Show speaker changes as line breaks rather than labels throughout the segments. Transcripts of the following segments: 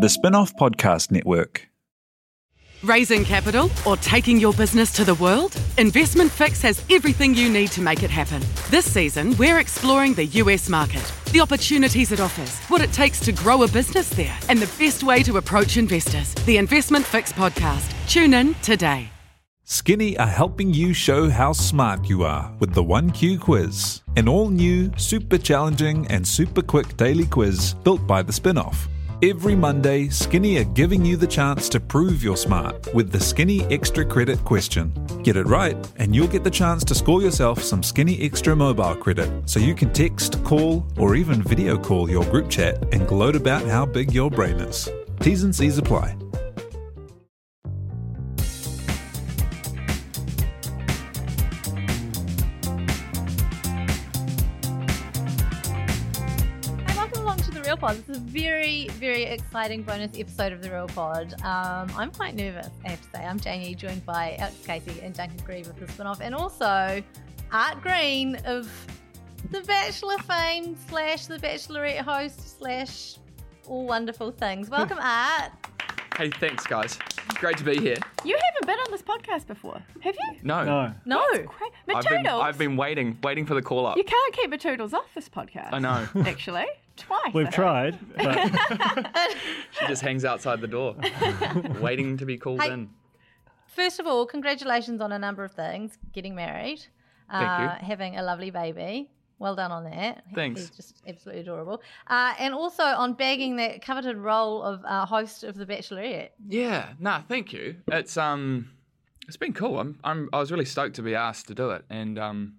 The Spinoff Podcast Network.
Raising capital or taking your business to the world? Investment Fix has everything you need to make it happen. This season, we're exploring the US market, the opportunities it offers, what it takes to grow a business there, and the best way to approach investors. The Investment Fix podcast. Tune in today.
Skinny are helping you show how smart you are with the 1Q quiz, an all new, super challenging, and super quick daily quiz built by the spin-off. Every Monday, Skinny are giving you the chance to prove you're smart with the Skinny Extra Credit question. Get it right, and you'll get the chance to score yourself some Skinny Extra mobile credit so you can text, call, or even video call your group chat and gloat about how big your brain is. T's and C's apply.
Hey, welcome along to the Real Pod. This is a very, very exciting bonus episode of the Real Pod. Um, I'm quite nervous, I have to say. I'm Janie, joined by Alex Casey and Duncan Grieve of the spin-off, and also Art Green of the Bachelor fame slash the Bachelorette host slash all wonderful things. Welcome, Art.
Hey, thanks, guys. Great to be here.
You haven't been on this podcast before, have you?
No,
No.
No,
Cra-
I've been,
Matoodles.
I've been waiting, waiting for the call up.
Oh, You can't keep Matoodles off this podcast.
I know.
Actually, twice.
We've
I think.
tried, but
She just hangs outside the door, waiting to be called
Hey.
in.
first of all, congratulations on a number of things. Getting married,
Thank
uh, having a lovely baby. Well done on that.
Thanks.
He's just absolutely adorable. Uh, and also on bagging that coveted role of uh, host of The Bachelorette.
Yeah, nah, thank you. It's um, it's been cool. I'm, I'm, I was really stoked to be asked to do it, and um,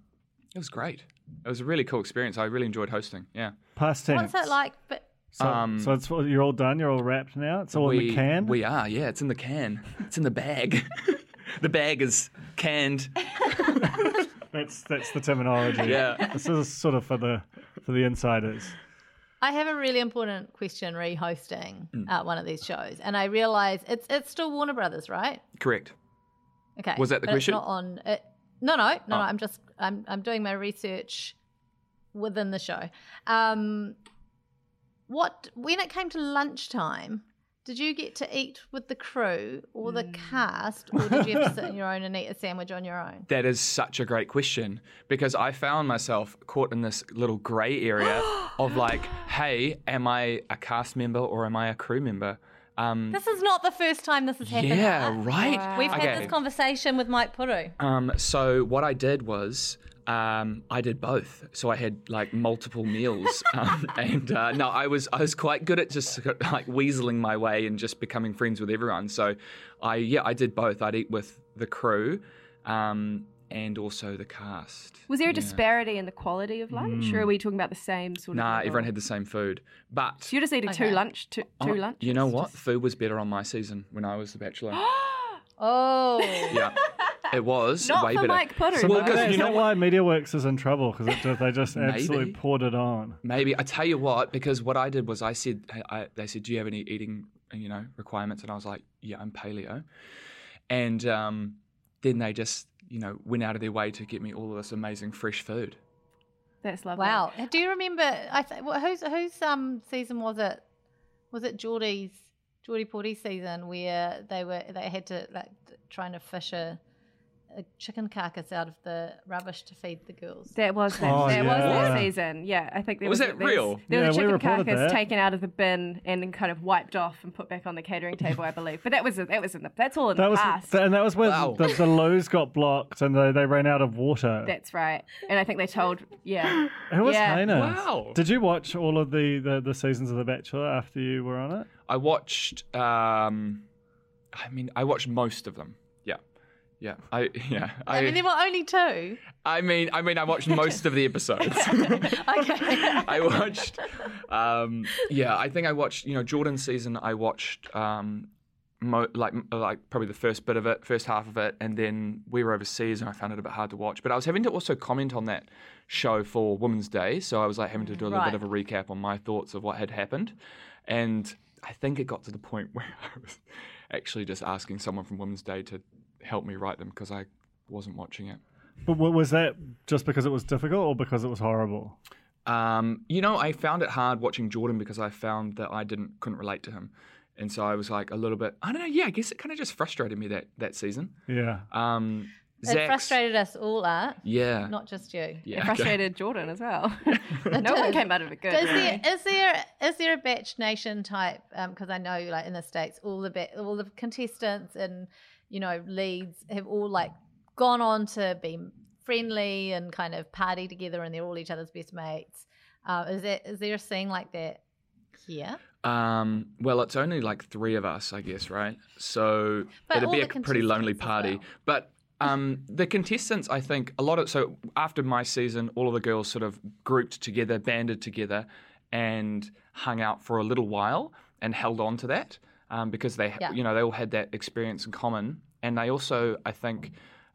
it was great. It was a really cool experience. I really enjoyed hosting. Yeah,
past tense.
What's it like? But
So,
Um,
so it's all- you're all done. You're all wrapped now. It's all in the can.
we are. Yeah, it's in the can. It's in the bag. the bag is canned.
That's that's the terminology.
Yeah.
This is sort of for the for the insiders.
I have a really important question re-hosting
Mm.
uh, one of these shows, and I realise it's it's still Warner Brothers, right?
Correct.
Okay.
Was that the
but it's
question?
not on. It, no, no, no, no.
Oh.
I'm just I'm I'm doing my research within the show. Um, what when it came to lunchtime, did you get to eat with the crew or the cast, or did you have to sit on your own and eat a sandwich on your own?
That is such a great question because I found myself caught in this little grey area of like, hey, am I a cast member or am I a crew member? Um,
This is not the first time this has happened.
yeah,
Art.
right.
We've had
Okay.
this conversation with Mike Puru.
Um, so what I did was um, I did both. So I had like multiple meals, um, and uh, no, I was I was quite good at just like weaseling my way and just becoming friends with everyone. So I yeah I did both. I'd eat with the crew um, and also the cast.
Was there a
Yeah. Hmm.
disparity in the quality of lunch, or are we talking about the same sort of?
Nah,
level?
everyone had the same food, but
So you're just eating
Okay.
two lunch, two, two
Oh,
lunch.
You know what? Food was better on my season when I was the bachelor.
Oh.
yeah, it was
Not
way
for
better.
Mike Potter.
So
Well,
maybe
because
that's
you know
not why MediaWorks is in trouble because they just absolutely
Maybe.
poured it on.
Maybe I tell you what, because what I did was I said I, I, they said, "Do you have any eating, you know, requirements?" And I was like, "Yeah, I'm paleo," and um, then they just you know went out of their way to get me all of this amazing fresh food.
That's lovely.
Wow. Do you remember? I th- wh- whose whose um season was it? Was it Geordie's Geordie Porty's season where they were they had to like t- trying to fish a, a chicken carcass out of the rubbish to feed the girls?
That was that,
Oh,
that was
yeah.
that season. Yeah, I think there
Was
was
that
there
real?
There
Yeah,
was a
we
chicken
reported
carcass
that.
taken out of the bin and then kind of wiped off and put back on the catering table, I believe. But that was that was in the that's all in
That
the
was
past.
and that was where
Wow.
the, the lows got blocked and they, they ran out of water.
that's right. And I think they told yeah.
it was
yeah.
heinous.
Wow.
Did you watch all of the, the, the seasons of The Bachelor after you were on it?
I watched. Um, I mean, I watched most of them. Yeah, yeah. I yeah. I,
I mean, there were only two.
I mean, I mean, I watched most of the episodes.
Okay.
I watched. Um, yeah, I think I watched. You know, Jordan's season. I watched um, mo- like like probably the first bit of it, first half of it, and then we were overseas, and I found it a bit hard to watch. But I was having to also comment on that show for Women's Day, so I was like having to do a little bit
Right.
of a recap on my thoughts of what had happened, and I think it got to the point where I was actually just asking someone from Women's Day to help me write them because I wasn't watching it.
But wa- was that just because it was difficult or because it was horrible?
Um, you know, I found it hard watching Jordan because I found that I didn't couldn't relate to him, and so I was like a little bit. I don't know. Yeah, I guess it kind of just frustrated me that that season.
Yeah.
Um,
It
Zach's-
frustrated us all, Art,
Yeah.
not just you.
yeah.
It
okay.
frustrated Jordan as well. no one
does.
came out of it good.
Is
really.
there is there is there a batch nation type? Because I know, like in the states, all the ba- all the contestants and you know leads have all like gone on to be friendly and kind of party together, and they're all each other's best mates. Uh, is that is there a scene like that here?
Um, well, it's only like three of us, I guess, right? So
But
it'd
all
be
the
a pretty lonely
contestants as
party.
well.
But um, the contestants, I think, a lot of so after my season, all of the girls sort of grouped together, banded together, and hung out for a little while and held on to that um, because they,
Yeah.
you know, they all had that experience in common, and they also, I think,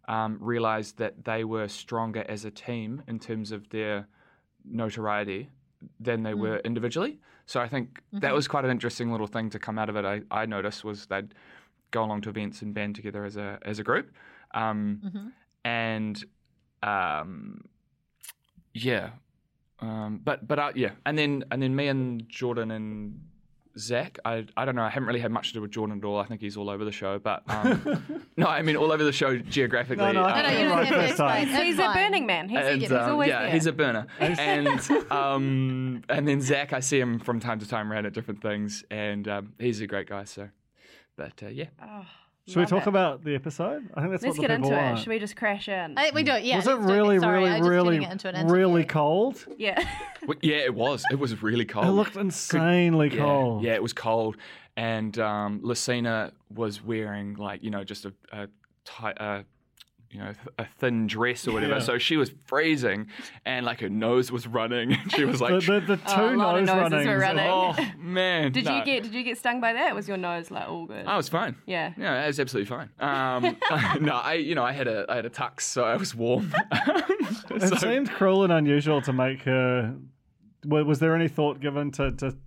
um, realized that they were stronger as a team in terms of their notoriety than they were
Mm.
individually. So I think that
Mm-hmm.
was quite an interesting little thing to come out of it. I, I noticed was they'd go along to events and band together as a as a group, um,
Mm-hmm.
Mhm.
and um, yeah, um, but but uh, yeah, and then and then me and Jordan and Zach, I I don't know. I haven't really had much to do with Jordan at all. I think he's all over the show, but um, no, I mean all over the show geographically.
No, no, I
No, no,
uh,
think
you
you're
don't
right
have to
first time.
explain. That's
he's a
fine.
burning man. He's,
and
he's
um,
always
yeah,
there.
he's a burner. and um, and then Zach, I see him from time to time around at different things, and um, he's a great guy. So, but uh, yeah,
Oh,
Should we
love
talk
it.
about the episode? I think that's
Let's
what
get
the
into
people
it.
want.
Should we just crash in?
I, Uh, we do it. Yeah.
was it
let's do
really,
Sorry, I
really,
was just turning
really,
it into an
really
interview.
cold? Oh,
yeah.
Well, yeah, it was. It was really cold.
It looked insanely
yeah,
cold.
Yeah, it was cold, and um, Lucina was wearing like you know just a, a tight. Uh, you know, th- a thin dress or whatever.
Yeah.
So she was freezing, and like her nose was running, and she was
The,
like,
the, the two
Oh, a lot of
nose
noses
runnings.
were running.
"Oh man!"
Did
No.
you get Did you get stung by that? Was your nose like all good?
I was Oh, fine.
Yeah.
Yeah, it was absolutely fine. Um, no, I you know I had a I had a tux, so I was warm.
It
So-
seemed cruel and unusual to make her. wa- Was there any thought given to, to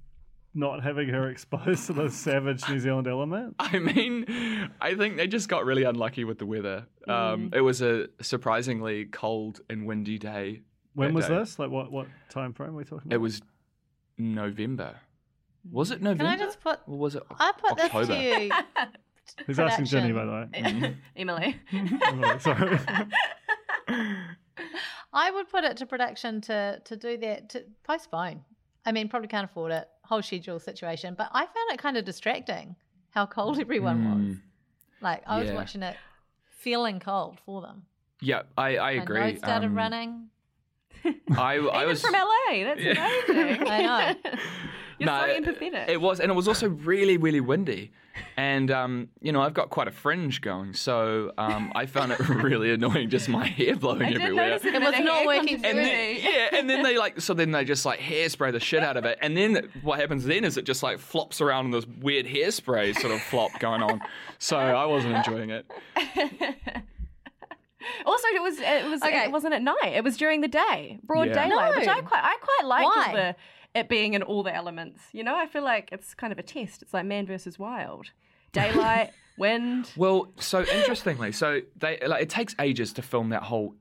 not having her exposed to the savage New Zealand element?
I mean, I think they just got really unlucky with the weather.
Mm.
Um, It was a surprisingly cold and windy day.
When
that
was
day.
this? Like, what, what time frame are we talking about?
It was November. Was it November?
Can I just put?
Or was it? Oc-
I put
October?
this to you.
He's asking Jenny, by
production.
the way.
Emily.
Oh, sorry.
I would put it to production to to do that to postpone. I mean, probably can't afford it, whole schedule situation. But I found it kind of distracting how cold everyone was. Like I was
Hmm. Yeah.
watching it, feeling cold for them.
Yeah, I, I
My
agree.
nose started
Um,
running.
I, I was
From LA. That's
Yeah.
amazing.
I know.
You're
No,
so
it-
empathetic.
It was, and it was also really, really windy. And um, you know, I've got quite a fringe going, so um, I found it really annoying, just my hair blowing
I did
everywhere.
notice it,
It was not working
for
and then, yeah, and then they like, so then they just like hairspray the shit out of it, and then what happens then is it just like flops around in this weird hairspray sort of flop going on. So I wasn't enjoying it.
Also, it was it was
Okay.
it wasn't at night. It was during the day, broad
Yeah.
daylight, which
No.
I quite I quite liked all
Why?
the it being in all the elements. You know, I feel like it's kind of a test. It's like man versus wild, daylight, wind.
Well, so interestingly, so they like it takes ages to film that whole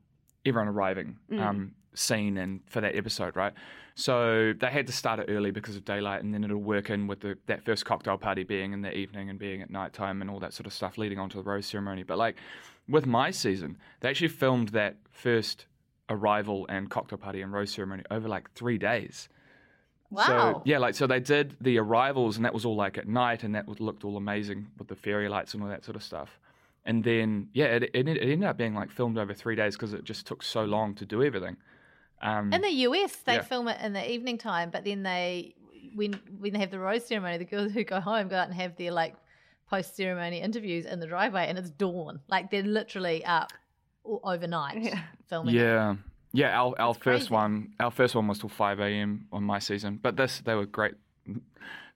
everyone arriving um, scene and for that episode, right? So they had to start it early because of daylight, and then it'll work in with the, that first cocktail party being in the evening and being at nighttime and all that sort of stuff leading on to the rose ceremony. But like with my season, they actually filmed that first arrival and cocktail party and rose ceremony over like three days. So
Wow.
yeah, like so they did the arrivals, and that was all like at night, and that was- looked all amazing with the fairy lights and all that sort of stuff. And then yeah, it, it, it ended up being like filmed over three days because it just took so long to do everything. Um,
In the US, they
Yeah.
film it in the evening time, but then they when when they have the rose ceremony, the girls who go home go out and have their like post ceremony interviews in the driveway, and it's dawn. Like they're literally up all overnight filming. it.
yeah, yeah. Our our first
crazy.
one, our first one was till five a.m. on my season, but this they were great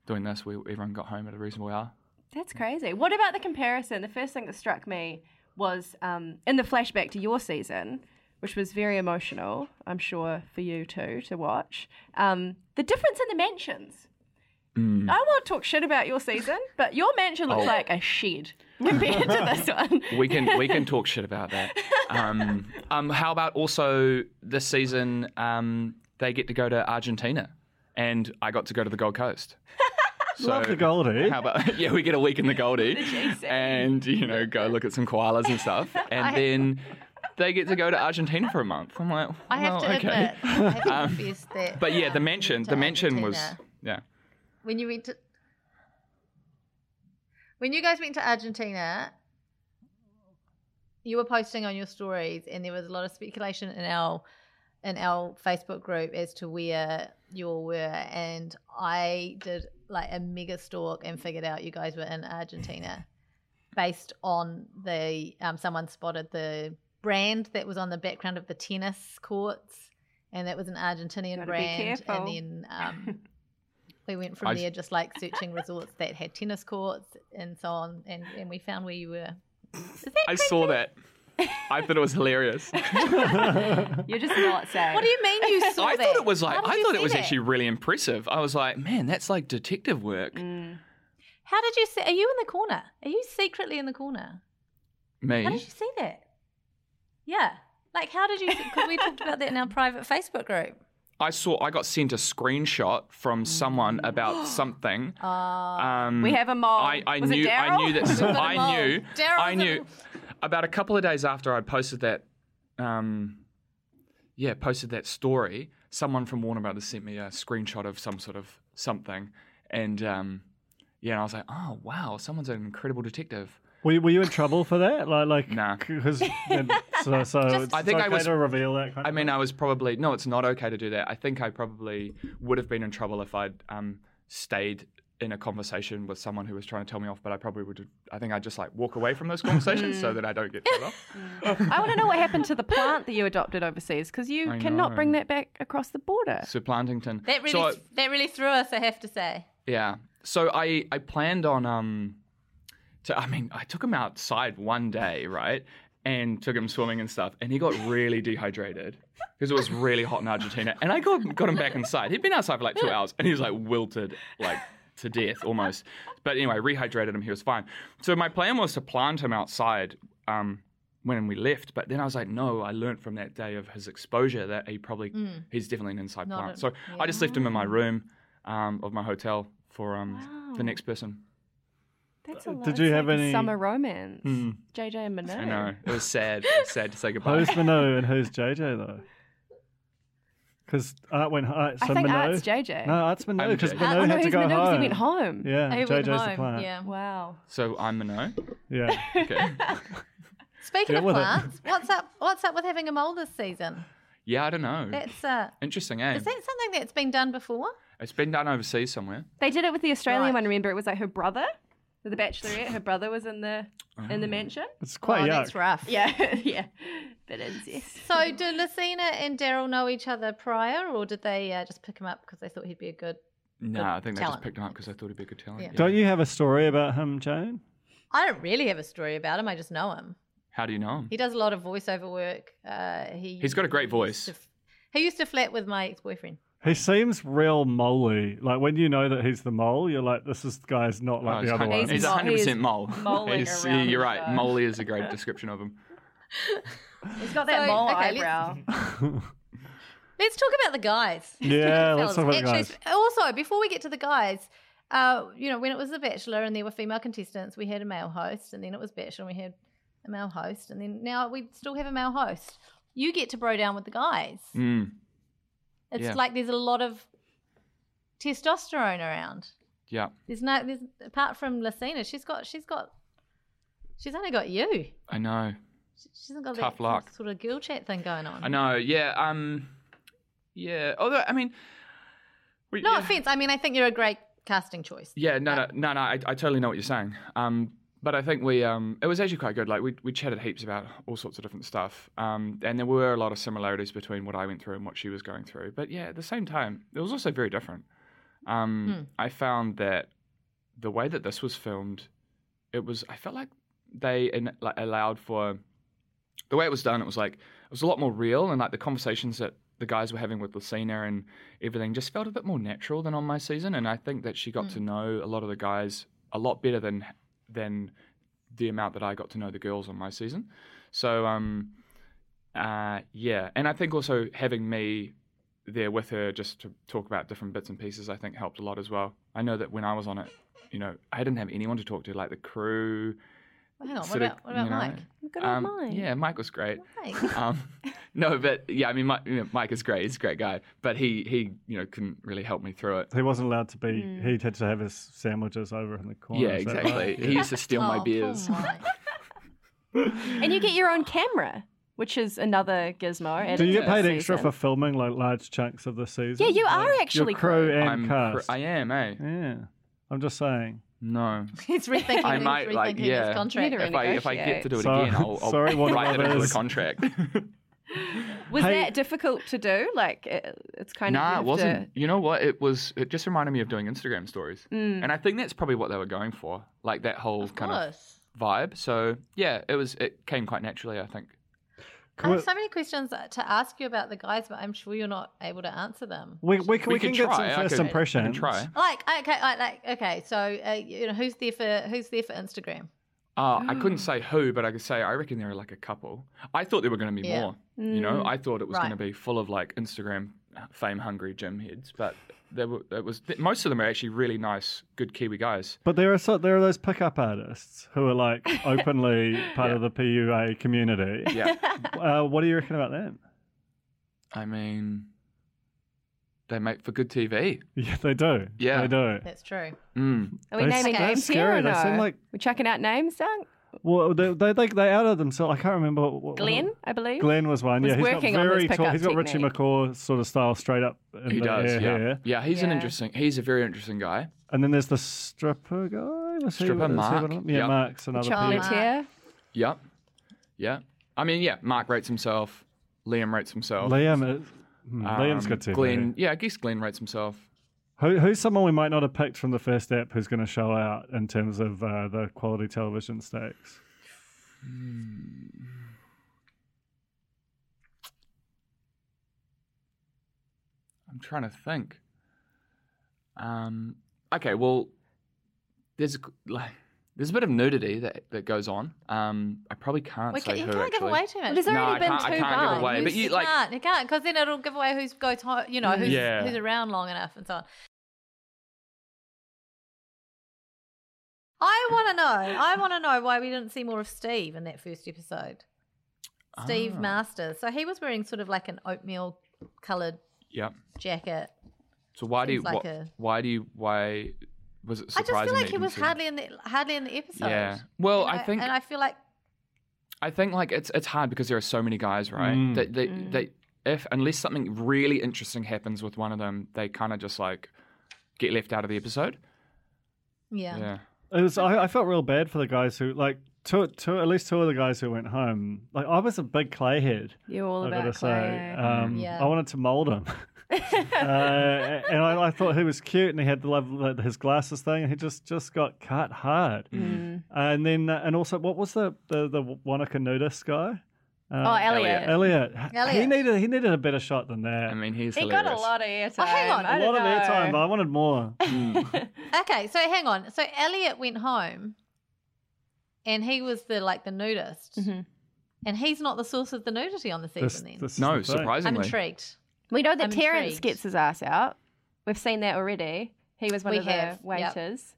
doing this. We everyone got home at a reasonable hour.
That's crazy. What about the comparison? The first thing that struck me was um, in the flashback to your season, which was very emotional, I'm sure, for you too to watch. Um, the difference in the mansions. I won't talk shit about your season, but your mansion looks
Mm. Oh.
like a shed compared to this one.
we can we can talk shit about that. Um, um, how about also this season? Um, they get to go to Argentina, and I got to go to the Gold Coast. So
Love the eh? Goldie.
How about yeah, we get a week in the Goldie,
JC.
and you know go look at some koalas and stuff, and then they get to go to Argentina for a month. I'm like,
I have
well,
to
okay.
admit, I have to confess that.
Um, But yeah, the
um,
mansion,
to
the mansion was
Argentina,
yeah.
when you went to when you guys went to Argentina. You were posting on your stories, and there was a lot of speculation in our in our Facebook group as to where you all were, and I did like a mega stalk and figured out you guys were in Argentina based on the um, someone spotted the brand that was on the background of the tennis courts, and that was an Argentinian
Gotta be
brand.
careful.
And then um, we went from
I-
there just like searching resorts that had tennis courts and so on, and, and we found where you were. Is that
I
crazy?
saw that. I thought it was hilarious.
You're just not sad.
What do you mean you saw
I
that?
thought it was like
How did
I
you
thought it
see
was
that?
actually really impressive. I was like, man, that's like detective work.
How did you see? Are you in the corner? Are you secretly in the corner? How
Me,
did you see that? Yeah. Like, how did you? Because we talked about that in our private Facebook group.
I saw. I got sent a screenshot from someone about something. um,
We have a mole.
I, I
Was it
knew. I
Daryl?
knew that.
We've got a
I
mole.
knew.
Daryl's
I
a-
knew. About a couple of days after I posted that, um, yeah, posted that story. Someone from Warner Brothers sent me a screenshot of some sort of something, and um, yeah, and I was like, oh wow, someone's an incredible detective.
Were, were you in trouble for that? Like, like,
Nah.
Because so, so it's,
I think
it's
I
okay
was-
to reveal that. Kind
I
of
mean,
thing.
I was probably no. It's not okay to do that. I think I probably would have been in trouble if I'd um, stayed in a conversation with someone who was trying to tell me off. But I probably would. I think I just like walk away from those conversations
Mm.
so that I don't get told off.
I want to know what happened to the plant that you adopted overseas because you
I
cannot
know.
bring that back across the border.
So Plantington.
That really,
So I-
that really threw us. I have to say.
yeah. So I I planned on um, to I mean I took him outside one day right and took him swimming and stuff and he got really dehydrated because it was really hot in Argentina and I got got him back inside. He'd been outside for like two hours and he was like wilted like to death almost. But anyway, rehydrated him. He was fine. So my plan was to plant him outside. Um, when we left, but then I was like, no, I learnt from that day of his exposure that he probably he's definitely an inside
Mm. Not
plant.
a-
so I just left him in my room um, of my hotel for um, the next person.
That's a
Did
lot.
you
It's
have
like a
any-
summer romance? JJ and Minot.
Hmm. I know it was sad. It was sad to say goodbye.
Who's Minot and who's JJ though? Because Art went. Art, uh, so
I think
Minot,
Art's JJ.
No, Art's Minot
I'm
because
JJ.
Oh,
Minot
no,
had to
he's
go
Minot 'cause
home.
he went home.
Yeah,
Who
JJ's
went
the
home?
plant.
Yeah.
Wow.
so I'm Minot.
yeah.
Okay.
Speaking
Deal
of
with it.
plants, what's up? What's up with having a mole this season?
yeah, I don't know.
That's uh,
Interesting, eh?
is that something that's been done before?
It's been done overseas somewhere.
They did it with the Australian
Right.
one. Remember, it was like her brother, the Bachelorette. Her brother was in the in the mansion.
It's quite
oh,
yuck.
that's rough.
Yeah, yeah. Bit incest.
So, did Lucina and Daryl know each other prior, or did they uh, just pick him up because they thought he'd be a good?
No,
Good
I think they
talent.
just picked him up because I thought he'd be a good talent.
Yeah.
yeah.
Don't you have a story about him, Jane?
I don't really have a story about him. I just know him.
How do you know him?
He does a lot of voiceover work. Uh, he
He's got a great
he
voice.
Used to, he used to flat with my ex-boyfriend.
He seems real moly. Like when you know that he's the mole, you're like, this is guy's not like
Oh,
the other
hun-
one.
He's
He's a- mole.
100 percent
He's
mole.
mulling
He's-
around
you're
the
right.
show.
Mole is a great description of him.
He's got that
So,
mole
okay, let's-
eyebrow.
Let's talk about the guys.
Yeah, let's
Fellas.
talk about the
Actually,
guys.
Also, before we get to the guys, uh, you know, when it was The Bachelor and there were female contestants, we had a male host, and then it was Bachelor and we had a male host, and then now we still have a male host. You get to bro down with the guys.
Mm.
It's
yeah.
like there's a lot of testosterone around.
Yeah.
There's no, there's apart from Lucina, she's got, she's got, she's only got you.
I know.
She she hasn't got
Tough
that
luck.
sort of girl chat thing going on.
I know. Yeah. Um. Yeah. Although I mean, we,
No
yeah.
offense. I mean, I think you're a great casting choice.
Yeah, no, no, no, no. I, I totally know what you're saying. Um, but I think we, um, it was actually quite good. Like we, we chatted heaps about all sorts of different stuff. Um, and there were a lot of similarities between what I went through and what she was going through. But yeah, at the same time, it was also very different. Um, I found that the way that this was filmed, it was. I felt like they in, like, allowed for the way it was done. It was like it was a lot more real, and like the conversations that the guys were having with Lucina and everything just felt a bit more natural than on my season. And I think that she got
Hmm.
to know a lot of the guys a lot better than than the amount that I got to know the girls on my season. So um, uh, yeah, and I think also having me there with her just to talk about different bits and pieces, I think helped a lot as well. I know that when I was on it, you know, I didn't have anyone to talk to, like the crew.
Well, hang on, what
sort of,
about, what about
you know,
Mike?
Good
um,
old Mike.
Yeah, Mike was great.
Mike.
Um, no, but yeah, I mean, Mike, you know, Mike is great. He's a great guy, but he he you know couldn't really help me through it.
He wasn't allowed to be.
Hmm.
He had to have his sandwiches over in the corner.
yeah,
is that right?
exactly. He used to steal
Oh,
my
poor
beers.
Mike.
And you get your own camera, which is another gizmo. added
Do you
to
get
the
paid extra
season.
for filming like large chunks of the season?
Yeah, you are actually
Your crew
cool.
and
I'm cr-
cast.
I am, eh?
yeah, I'm just saying.
No.
He's rethinking,
I
he's
might,
rethinking
like, yeah.
his contract.
Neither-
If I, if I get to do it
Sorry-
again, I'll, I'll
sorry, Warner
write it into the
Brothers.
contract.
Was
Hey-
that difficult to do? Like, it, it's kind of. you
nah, it
have
wasn't. You know what? It was. It just reminded me of doing Instagram stories, and I think that's probably what they were going for, like that whole
Mm. Of
kind of
course.
vibe. So yeah, it was. It came quite naturally, I think.
Can
I
we,
have so many questions to ask you about the guys, but I'm sure you're not able to answer them.
we, we, can- we can get some
I
first
could- I can
impressions.
try.
Like okay, like, like okay. So uh, you know who's there for who's there for Instagram?
Uh, I
Mm.
couldn't say who, but I could say I reckon there are like a couple. I thought there were going to be
Yeah. Mm.
more. You know, I thought it was
Right.
going to be full of like Instagram fame hungry gym heads, but there were. It was most of them are actually really nice, good Kiwi guys.
But there are so, there are those pickup artists who are like openly part of the PUA community.
Yeah.
Uh, what do you reckon about them?
I mean, they make for good TV.
Yeah, they do.
Yeah.
they do.
That's true.
Mm.
Are we
They-
naming
that's
names
scary.
here or
They
no?
seem like-
we chucking out names, Doug?
Well, they they they, they outed themselves. I can't remember. What, what-
Glenn, I believe.
Glenn was one.
Was
yeah, he's
working
got
on
very
his
tall.
pickup
He's got Richie
technique.
McCaw sort of style, straight up. In
He
the
does.
air
yeah.
hair.
Yeah. He's an
Yeah.
interesting. He's a very interesting guy.
And then there's the stripper guy. Was he-
Stripper
was he
Mark.
one of them? Yeah,
Yep.
Mark's another.
Charlie
PUA.
Tier.
Yep. Yeah. I mean, yeah. Mark rates himself. Liam rates himself.
Liam. Is, hmm,
Um,
Liam's good too.
Glenn. Yeah, I guess Glenn rates himself.
Who, who's someone we might not have picked from the first app who's going to show out in terms of uh, the quality television stakes?
I'm trying to think. Um. Okay. Well, there's a c- like there's a bit of nudity that that goes on. Um. I probably can't
We
say
can, you
who
can't
actually.
give away too much.
Well, there's
No,
already
I
been
can't-
two
I can't give
bars.
away, but
you,
you, like-
can't, you can't, because then it'll give away who's goes home. You know who's
Yeah.
who's around long enough and so on. I want to know. I want to know why we didn't see more of Steve in that first episode. Steve
Ah.
Masters. So he was wearing sort of like an oatmeal coloured
Yeah.
jacket.
So why do you?
Seems like
what-
a-
why do you? Why was it
I
surprising?
just feel
that
like
you
he was
didn't see-
hardly in the hardly in the episode.
Yeah. Well,
And
I think-
and I feel like
I think like it's it's hard because there are so many guys, right?
Mm.
That they, they if unless something really interesting happens with one of them, they kind of just like get left out of the episode.
yeah.
It was. I, I felt real bad for the guys who like two, two, at least two of the guys who went home. Like I was a big clay head.
You're all
I gotta
about
say,
Clay.
um,
Yeah.
I wanted to mold him, uh, and I, I thought he was cute, and he had the love like, his glasses thing, and he just just got cut hard.
Hmm.
Mm.
Mm.
And then, uh, and also, what was the the the Wanaka nudist guy? Uh,
oh, Elliot.
Elliot. He
Elliot.
needed he needed a better shot than that.
Mm.
I mean he's
He
hilarious.
got a lot of airtime.
Oh, hang on.
I
a
don't
lot of
know.
airtime, but I wanted more.
Mm.
Okay, so hang on. So Elliot went home, and he was the like the nudist, and he's not the source of the nudity on the season.
This-
then
this is
No,
the thing.
I'm
surprisingly.
intrigued.
We know that
I'm
Terrence
intrigued.
gets his ass out. We've seen that already. He was one
We
of
have,
the
yep.
waiters.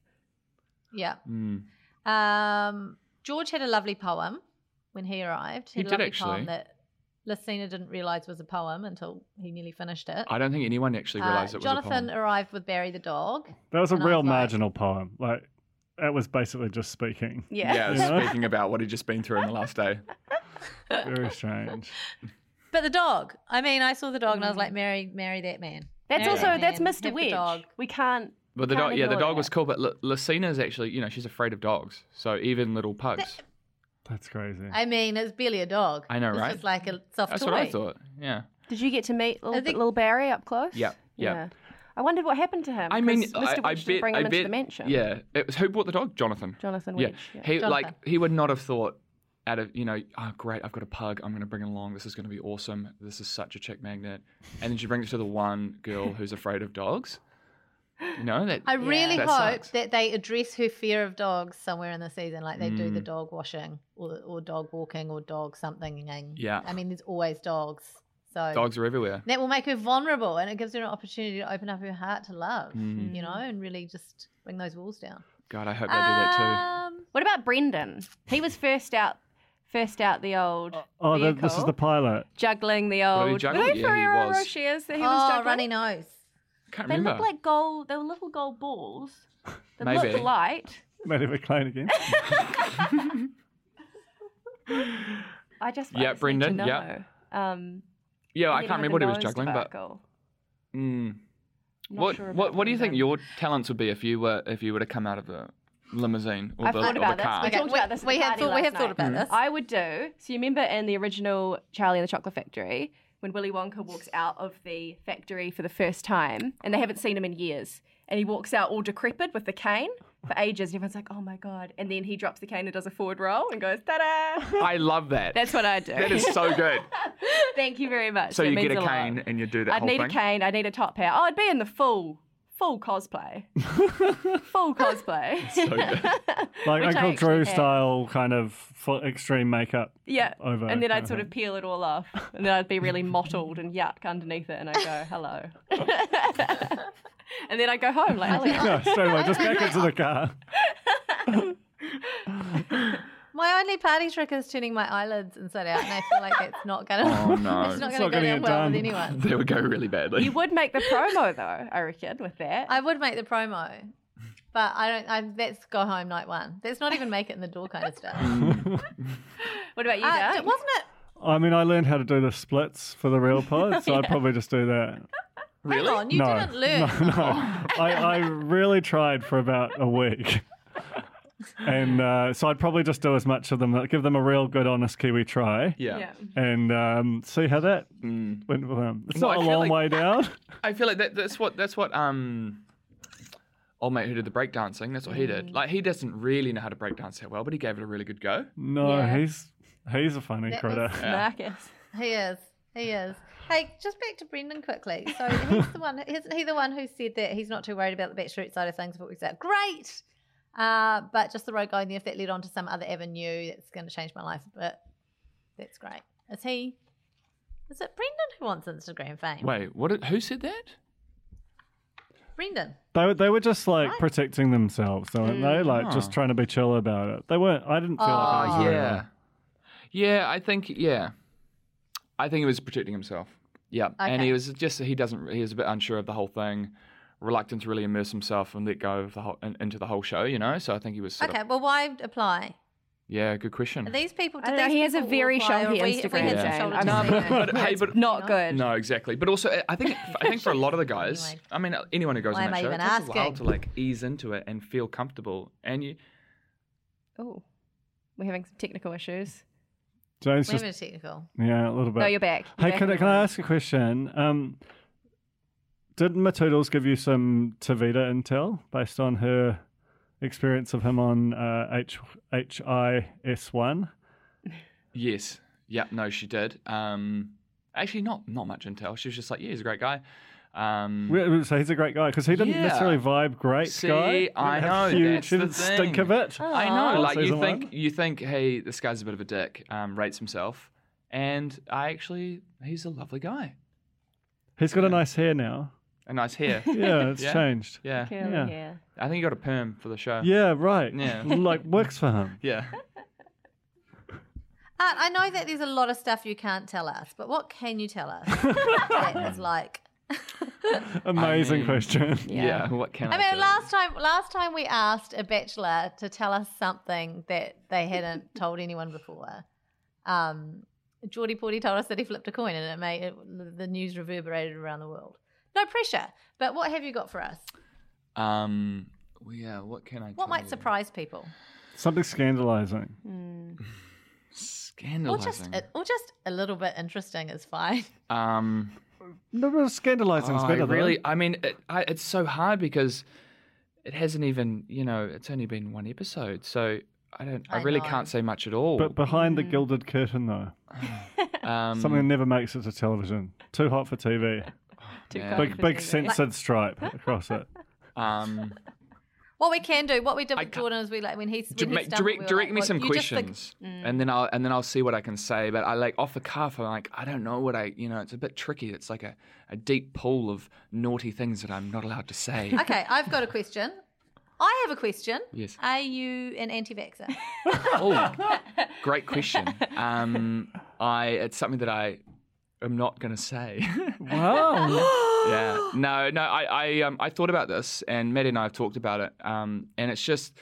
Yeah.
Mm.
Um, George had a lovely poem when he arrived.
He
had a
did
lovely
actually.
Poem that Lucina didn't realize was a poem until he nearly finished it.
I don't think anyone actually
Uh,
realized it was
Jonathan
a poem.
arrived with Barry the dog.
That was a
And I
real
was like-
marginal poem. Like that was basically just speaking.
Yeah.
Yeah,
Yeah.
speaking about what he'd just been through in the last day.
Very strange.
But the dog. I mean, I saw the dog and I was like, marry, marry that man.
That's
Marry
also
that
that's
man.
Mr.
Have the
Wedge.
dog.
We can't.
But the
Can't
dog, yeah, the
ignore
dog was
that.
cool. But L- Lucina's actually, you know, she's afraid of dogs. So even little pugs.
That's crazy.
I mean, it's barely a dog.
I know,
It's
right?
just like a soft
That's
toy.
what I thought. Yeah.
Did you get to meet little,
I think-
little Barry up close?
Yep, yep.
I wondered what happened to him.
I mean,
'cause
I,
Mr.
I
Wedge
bet,
didn't bring him
I
into
bet,
the mansion.
yeah. It was who bought the dog? Jonathan.
Jonathan
Yeah,
Wedge. Yeah.
he like
Jonathan.
he would not have thought out of you know, oh great, I've got a pug, I'm gonna bring it along. This is gonna be awesome. This is such a chick magnet. And then she brings it to the one girl who's afraid of dogs. You know that.
I really
That
hope
sucks.
that they address her fear of dogs somewhere in the season, like they do the
Mm.
dog washing or, or dog walking or dog something.
Yeah.
I mean, there's always dogs So
Dogs are everywhere.
that will make her vulnerable and it gives her an opportunity to open up her heart to love, you know, and really just bring those walls down.
God, Mm. I hope they do
Uh,
that
Um,
What about Brendan? He was first out, first out the old
Oh, the, this is
vehicle,
the pilot.
juggling the
he
old.
juggled?
Were they
Yeah, he
Ferrero
was.
Rochers that he was
oh,
juggling?
runny nose.
too. Can't
They
remember.
looked like gold. They were little gold balls. They
Maybe.
looked light.
Made a claim again.
I just I
Yeah,
just need to
Brendan, yeah.
know. Um,
yeah,
and
I
then
can't
had
remember
the
what he was
nose
juggling, but
debacle.
mm,
Not
what
sure
what
about
what do you think
Brendan.
your talents would be if you were if you were to come out of the limousine or
I've
the,
thought
or
about
the
this.
car?
We
Okay,
talked
we-
about this. At
we
the
have
party
thought- we
last
have thought about
night.
this.
I would do. So you remember in the original Charlie and the Chocolate Factory when Willy Wonka walks out of the factory for the first time, and they haven't seen him in years, and he walks out all decrepit with the cane for ages, and everyone's like, "Oh my god!" And then he drops the cane and does a forward roll and goes, "Ta-da!"
I love that.
That's what I do.
that is so good.
Thank you very much.
So
That
you get
means
a
lot.
cane and you do that
I'd
whole
need
thing.
a cane. I'd need a top hat. Oh, I'd be in the full, full cosplay. full cosplay.
Like
Which I
Uncle
actually
Drew
have.
style kind of full extreme makeup.
yeah.
Over
and then
kind
I'd
of
sort
thing.
of peel it all off. And then I'd be really mottled and yuck underneath it. And I'd go, hello. and then I'd go home. Like, Elliot.
No, straight away, just back into the car.
My only party trick is turning my eyelids inside out, and I feel like that's not going to.
Oh, no.
it's not
It's
going
not
to go
gonna
down
get
well with
done.
anyone.
They would go really badly.
you would make the promo, though, I reckon, with that.
I would make the promo, but I don't. I, that's go home night one. That's not even make it in the door kind of stuff.
what about you,
Uh,
Doug?
d- wasn't it?
I mean, I learned how to do the splits for the real pod, so I'd probably just do that.
Really? Hang on, you
no,
didn't learn.
No, no. I, I really tried for about a week. And uh, so I'd probably just do as much of them, give them a real good, honest Kiwi try,
yeah.
yeah.
and um, see how that went for them. It's
Mm. Well,
not
I
a
feel
long
like-
way down.
I feel like that, that's what that's what um old mate who did the breakdancing, that's what he did.
Mm.
Like he doesn't really know how to breakdance that well, but he gave it a really good go.
No,
Yeah.
he's he's a funny
That
critter.
was-
Marcus.
He is. He is. Hey, just back to Brendan quickly. So he's the one, isn't he the one who said that he's not too worried about the Backstreet side of things if it works out great? Uh, but just the road going there, if that led on to some other avenue, that's going to change my life a bit. That's great. Is he? Is it Brendan who wants Instagram fame?
Wait, what did- who said that?
Brendan.
They, were- they were just like protecting themselves, though, weren't
Mm.
they? Like
Oh.
just trying to be chill about it. They weren't. I didn't feel like. I was very-
yeah. Yeah, I think yeah. I think he was protecting himself. Yeah. And
Okay.
he was just he doesn't he was a bit unsure of the whole thing, reluctant to really immerse himself and let go of the whole in, into the whole show, you know? So I think he was sort
Okay,
of
well, why apply?
Yeah, good question.
Are these people. did
I don't know,
these
he has a
people all
very
apply, or
shonky
have we- have we
Instagram,
had some
Jane.
shoulder
I'm
to
not-
say that?
but hey, but
Not good.
No, exactly. But also, I- I think I think for a lot of the guys,
Anyway.
I mean, anyone who goes
Why
on
am I
that show,
even
it takes a while
asking?
to like ease into it and feel comfortable. And you,
Oh, we're having some technical issues.
Jane's
Wait a
just
minute, technical.
yeah, a little bit.
No, you're back. You're
Hey,
back
can, I-
in
can I
the-
ask a question? Um, did Matoodles give you some Tavita intel based on her experience of him on uh, H H I S one?
yes, yeah, no, she did. Um, actually, not not much intel. She was just like, yeah, he's a great guy. Um,
So he's a great guy because he didn't
Yeah.
necessarily vibe great.
See,
guy. He
I
didn't have
know,
Huge,
that's
he
the
didn't stink
thing.
of it.
I know,
Aw.
like you
Season
think
one.
you think, hey, this guy's a bit of a dick, um, rates himself, and I actually, he's a lovely guy,
He's got a nice hair now.
a nice hair.
Yeah, it's
Yeah.
changed.
yeah,
Curly
Yeah.
hair.
I think he got a perm for the show.
Yeah, right.
Yeah.
like works for him.
yeah.
Art, Uh, I know that there's a lot of stuff you can't tell us, but what can you tell us? that is like.
Amazing
mean-
question.
yeah, What can I?
I mean,
do?
last time, last time we asked a bachelor to tell us something that they hadn't told anyone before. Um, Geordie Porty told us that he flipped a coin, and it made it, the news reverberated around the world. No pressure, but what have you got for us?
Um, well, yeah, what can I?
What
tell
might
you?
surprise people,
Something scandalizing.
or just
Scandalizing.
or just a little bit interesting is fine.
um,
No, but scandalizing is
oh, I
better though.
really. I mean, it, I, it's so hard because it hasn't even. You know, it's only been one episode, so I don't. I,
I
really
know.
can't say much at all.
But behind the
Mm.
gilded curtain, though,
um,
something that never makes it to television. Too hot for TV.
Too
Yeah.
cold
Big,
for
big
TV.
censored stripe across it.
um,
What we can do, what we did
I
with
can't-
Jordan is we like when he's
Ju-
when he
ma-
stumbled, we
direct
were
direct
like,
me
"Well,
some
you just think- "Hmm."
questions, and then I'll and then I'll see what I can say. But I like off the cuff, I'm like, I don't know what I you know. It's a bit tricky. It's like a, a deep pool of naughty things that I'm not allowed to say.
okay, I've got a question. I have a question.
Yes.
Are you an anti-vaxxer?
oh, great question. Um, I it's something that I am not going to say.
Wow.
yeah. No, no, I, I, um, I thought about this and Maddie and I have talked about it. Um, and it's just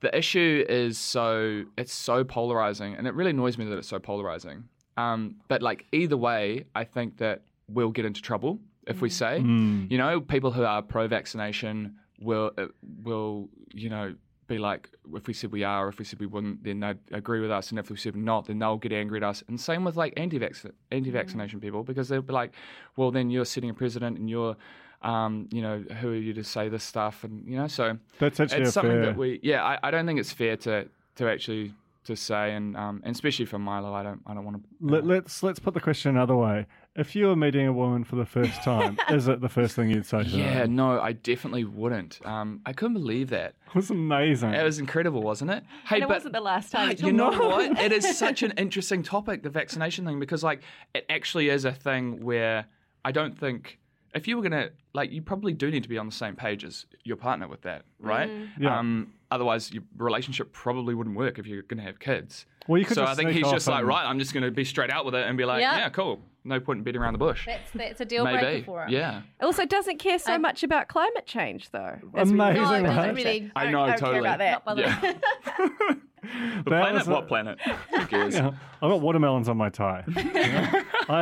the issue is so it's so polarizing and it really annoys me that it's so polarizing. Um, but like either way, I think that we'll get into trouble if we say,
Mm.
you know, people who are pro vaccination will, uh, will, you know, be like, if we said we are, if we said we wouldn't, then they'd agree with us. And if we said not, then they'll get angry at us. And same with like anti anti
Mm.
vaccination people, because they'll be like, well, then you're sitting a president and you're, um, you know, who are you to say this stuff? And, you know, so
That's actually
it's
a
something
fair.
that we, yeah, I, I don't think it's fair to, to actually to say. And, um, and especially for Milo, I don't, I don't want to.
Let, let's let's put the question another way. If you were meeting a woman for the first time, is it the first thing you'd say to
yeah,
her?
no, I definitely wouldn't. Um, I couldn't believe that.
It was amazing.
It was incredible, wasn't it? Hey,
And it wasn't the last time.
You know what? It is such an interesting topic, the vaccination thing, because like it actually is a thing where I don't think if you were gonna like you probably do need to be on the same page as your partner with that, right?
Yeah.
Um, otherwise, your relationship probably wouldn't work if you're gonna have kids.
Well, you could
so
just
I think
sneak
he's
off
just like,
and-
right, I'm just gonna be straight out with it and be like,
Yeah.
yeah, cool, no point in beating around the bush.
That's that's a deal breaker
Maybe,
for him.
yeah.
Also, doesn't care so
Um,
much about climate change, though.
Amazing,
No, it doesn't
right?
really.
I
I
know,
don't care
totally.
about that.
Not bothered.
Yeah. The
That
planet?
was a-
What planet? Who cares?
Yeah. I've got watermelons on my tie. I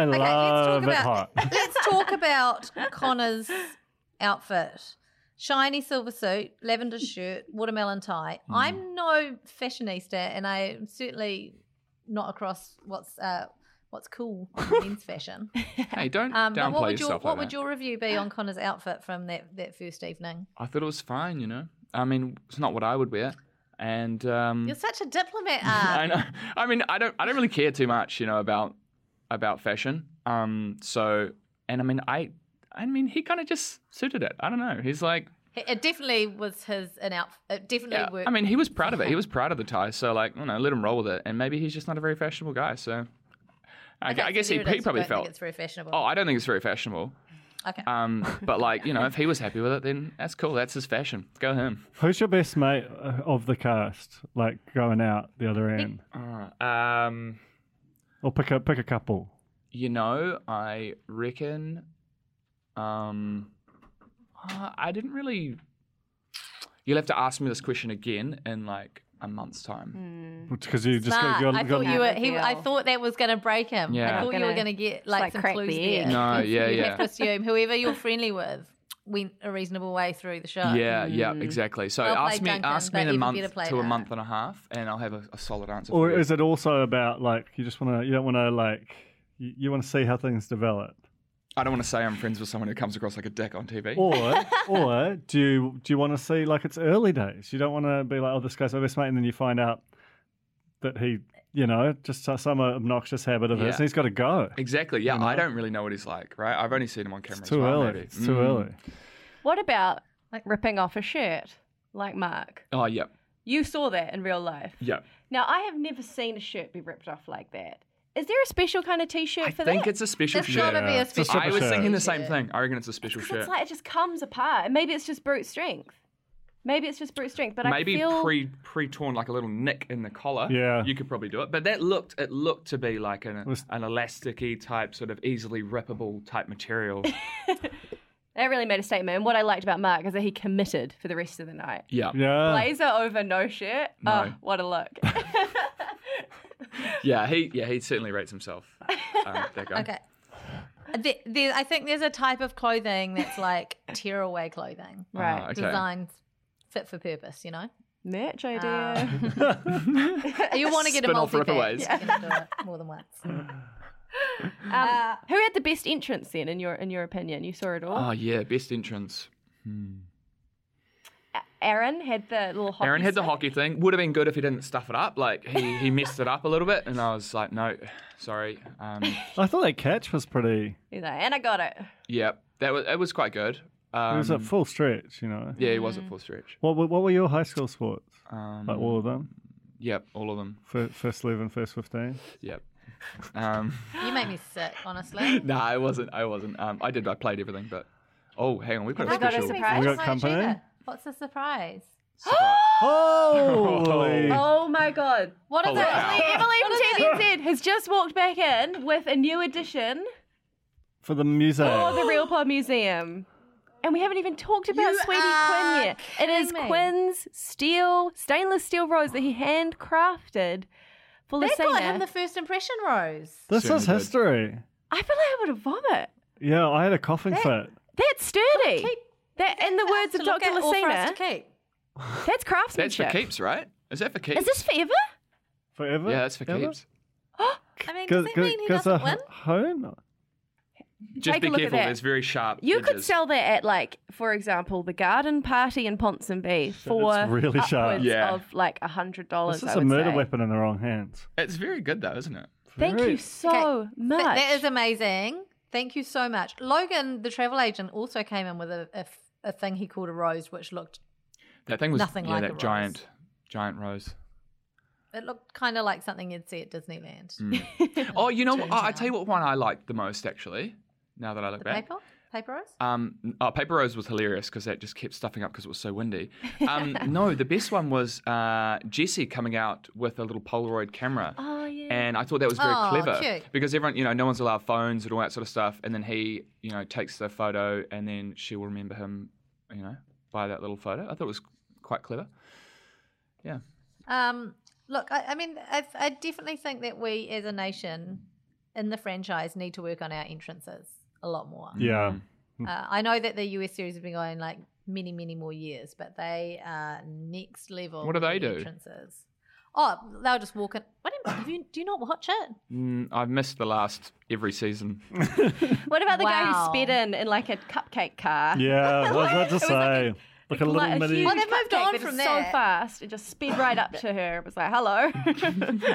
Okay,
love it
let's talk
hot.
about let's talk about Connor's outfit. Shiny silver suit, lavender shirt, watermelon tie.
Hmm.
I'm no fashionista, and I'm certainly not across what's uh, what's cool on men's fashion.
Hey, don't
Um, but
downplay
what would your
yourself.
what
like
would
that.
your review be on Connor's outfit from that, that first evening?
I thought it was fine, you know. I mean, it's not what I would wear, and um,
You're such a diplomat. uh,
I
Art.
know. I mean, I don't. I don't really care too much, you know, about about fashion. Um, so, and I mean, I, I mean, he kind of just suited it. I don't know. He's like,
it definitely was his an outfit. It definitely
yeah.
worked.
I mean, he was proud of it. He was proud of the tie. So, like, you know, let him roll with it. And maybe he's just not a very fashionable guy. So, I,
Okay,
I
so
guess
here
he,
it is.
he
You
probably
don't think
felt.
it's very fashionable.
Oh, I don't think it's very fashionable.
okay.
Um, but like, you know, if he was happy with it, then that's cool. That's his fashion. Go him.
Who's your best mate uh, of the cast? Like going out the other end,
um.
or pick a pick a couple.
You know, I reckon. Um, uh, I didn't really. You'll have to ask me this question again in like a month's
Mm.
time.
Because you just got,
Smart.
got,
I
got
thought you were. He,
Reveal.
I thought that was going to break him.
Yeah.
I thought you were
Gonna-
going to get like,
like
some
crack
clues
the
there.
egg.
No, yeah,
You'd
yeah,
have to assume whoever you're friendly with went a reasonable way through the
Oh,
show.
yeah, yeah,
mm.
exactly. So
Well
ask
played,
me,
Duncan,
ask me
but
in a
even better
month
played,
to a
Art.
month and a half, and I'll have a, a solid answer.
Or
for
is it also about like you just want to? You don't want to like. You, you want to see how things develop,
you. I don't want to say I'm friends with someone who comes across like a dick on TV.
or or do you do you want to see like it's early days? You don't want to be like, oh, this guy's my best mate, and then you find out that he, you know, just so- some obnoxious habit of his,
Yeah.
and he's got to go.
exactly. Yeah, I don't really know what he's like. Right, I've only seen him on camera.
It's
as
too
well,
early.
maybe.
It's too
Mm.
early.
What about like ripping off a shirt, like Mark?
Oh yeah,
You saw that in real life.
yeah.
Now, I have never seen a shirt be ripped off like that. Is there a special kind of t-shirt
I
for
think
that?
it's a special
It's
shirt.
got to be a
It's a
special.
I was
shirt.
thinking the same
Yeah.
thing. I reckon it's a special
because
shirt.
it's like it just comes apart. And Maybe it's just brute strength. Maybe it's just brute strength. But
maybe
I feel
pre pre torn like a little nick in the collar.
Yeah.
you could probably do it. But that looked it looked to be like an
was-
an elasticy type, sort of easily rippable type material.
that really made a statement. And what I liked about Mark is that he committed for the rest of the night.
yeah,
Yeah.
Blazer over no shirt. Oh, what a look!
yeah, he yeah he certainly rates himself. Um, that guy.
Okay. There, there, I think there's a type of clothing that's like tearaway clothing,
right,
Ah, okay.
designed fit for purpose. You know,
merch idea.
uh.
you want to get a
Spin off
multi
ripaways.
more than once. Uh,
Um, who had the best entrance then, in your in your opinion? You saw it all.
Oh yeah, best entrance.
Aaron had the little hockey.
Aaron had the
stick.
hockey thing. Would have been good if he didn't stuff it up. Like he he messed it up a little bit, and I was like, no, sorry. Um,
I thought that catch was pretty.
He's like, and I got it.
yeah, that was it was quite good. Um,
it was at full stretch, you know.
Yeah, he was
Mm.
at full stretch.
What, were- what were your high school sports?
Um,
Like all of them?
Yep, all of them.
Fir- First 11, first 15?
Yep. Um,
You make me sick, honestly.
no, I wasn't. I wasn't. Um, I did. I played everything, but oh, hang on, we've got
Have
a
I got a
special.
surprise?
We got
Why
company?
Gina? What's the surprise?
surprise.
Holy!
Oh my god.
What is
Oh, wow.
it?
Emily from TVZ has just walked back in with a new edition
For the music.
Oh,
for the Real Pod Museum. And we haven't even talked about
You
Sweetie
are
Quinn yet. It is
kidding me.
Quinn's steel, stainless steel rose that he handcrafted for
They
Lucina.
got him the first impression rose.
this is
Certainly did.
history.
I feel like I would have vomit.
Yeah, I had a coughing fit.
That's sturdy.
Keep-
That, in the
for us
words
to
of
look
Dr.
at or for us
Lucina,
to keep.
that's
That's for
craftsmanship.
keeps, right? Is that for keeps?
Is this forever?
Forever?
yeah, that's for
Ever?
keeps.
I mean, does
Cause,
that
cause,
mean he
'cause a
doesn't win?
h- hone?
Just
Take
be
a look at
careful.
that.
There's very sharp.
You could
edges.
sell that at like, for example, the garden party in Ponsonby for
it's really
upwards
sharp.
Yeah.
of like a hundred dollars.
This is
I
a
would
murder
say.
weapon in the wrong hands.
It's very good though, isn't it?
Thank
Very-
you so much.
Th- that is amazing. Thank you so much. Logan, the travel agent, also came in with a, a f- a thing he called a rose, which looked
That thing was
Nothing
yeah,
like
that
a rose.
giant, giant rose.
it looked kind of like something you'd see at Disneyland.
Oh, you know, what? oh, I tell you what one I liked the most actually. Now that I look
The
back,
paper, paper rose.
Um, oh, Paper Rose was hilarious because that just kept stuffing up because it was so windy. Um, no, the best one was uh, Jesse coming out with a little Polaroid camera.
Oh yeah.
And I thought that was very
Aw,
clever
Oh, cute.
because everyone, you know, no one's allowed phones and all that sort of stuff. And then he, you know, takes the photo and then she will remember him, you know, by that little photo. I thought it was quite clever. Yeah.
Um, look, I, I mean, I, I definitely think that we as a nation in the franchise need to work on our entrances a lot more.
Yeah.
Uh, I know that the US series have been going like many, many more years, but they are next level.
What do they
with the
do?
Entrances. Oh, they'll just walk in. What do you- have you, do you not watch it?
Mm, I've missed the last every season.
What about the guy who
Wow.
sped in in like a cupcake car?
Yeah, what was that to say? Like, a little
Like a
mini.
huge
Oh, they've moved
cupcake
on
that is
from
so
that.
fast. It just sped right up to her. It was like, hello.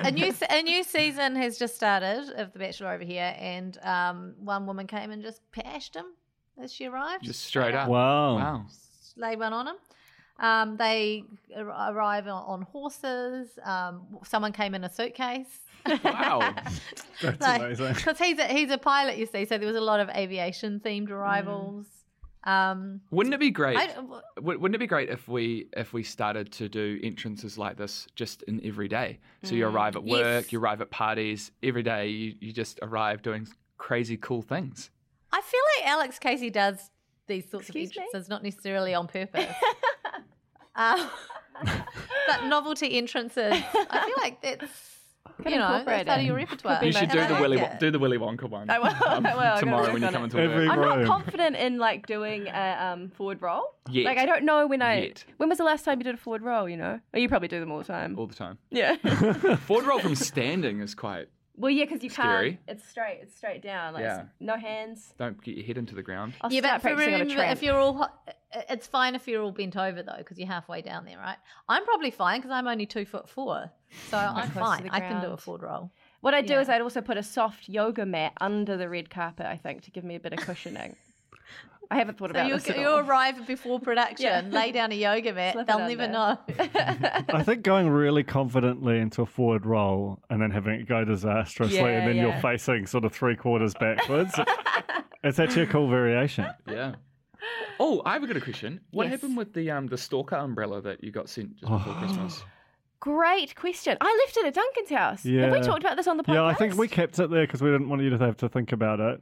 a new se- a new season has just started of The Bachelor over here, and um, one woman came and just bashed him as she arrived.
Just straight up.
Wow.
Wow.
lay one on him. Um, they ar- arrive on, on horses. Um, someone came in a suitcase.
Wow.
That's amazing.
Because he's a, he's a pilot, you see. So there was a lot of aviation themed
Mm.
arrivals. Um,
Wouldn't it be great?
I,
Wou- Wouldn't it be great if we if we started to do entrances like this just in every day? So you arrive at work,
Mm, Yes.
you arrive at parties, every day you, you just arrive doing crazy cool things.
I feel like Alex Casey does these sorts
Excuse
of
me?
entrances, not necessarily on purpose. um, but novelty entrances, I feel like that's you know
incorporate
that's part
it.
of your repertoire.
You should
And I
do the
like
Willy
it.
do the Willy Wonka one. Um,
I will, I will, I'm gonna
tomorrow
work
when you
on
come
it.
into
Every
work.
I'm not
room.
confident in like doing a um, forward roll.
Yet.
Like I don't know when I.
Yet.
When was the last time you did a forward roll? You know, oh, you probably do them all the time.
all the time.
Yeah.
Forward roll from standing is quite.
well, yeah, because you can't.
Scary.
It's straight. It's straight down. Like
Yeah.
no hands.
Don't get your head into the ground.
I'll
yeah,
start
but if,
practicing on a
remember, if
tramp.
you're all, ho- it's fine if you're all bent over though, because you're halfway down there, right? I'm probably fine because I'm only two foot four, so I'm
close to
fine.
the
I can do a
ground.
forward roll.
What I'd do is I'd also put a soft yoga mat under the red carpet. I think to give me a bit of cushioning. I haven't thought
So
about
you,
this at
you
all.
arrive before production, lay down a yoga mat.
Slip it
They'll never know.
I think going really confidently into a forward roll and then having it go disastrously
Yeah,
and then
yeah.
you're facing sort of three quarters backwards. it's actually a cool variation.
Yeah. Oh, I've got a question. What happened with the um the stalker umbrella that you got sent just before Christmas?
Great question. I left it at Duncan's house. Have we
Yeah.
talked about this on the podcast?
Yeah, I think we kept it there because we didn't want you to have to think about it.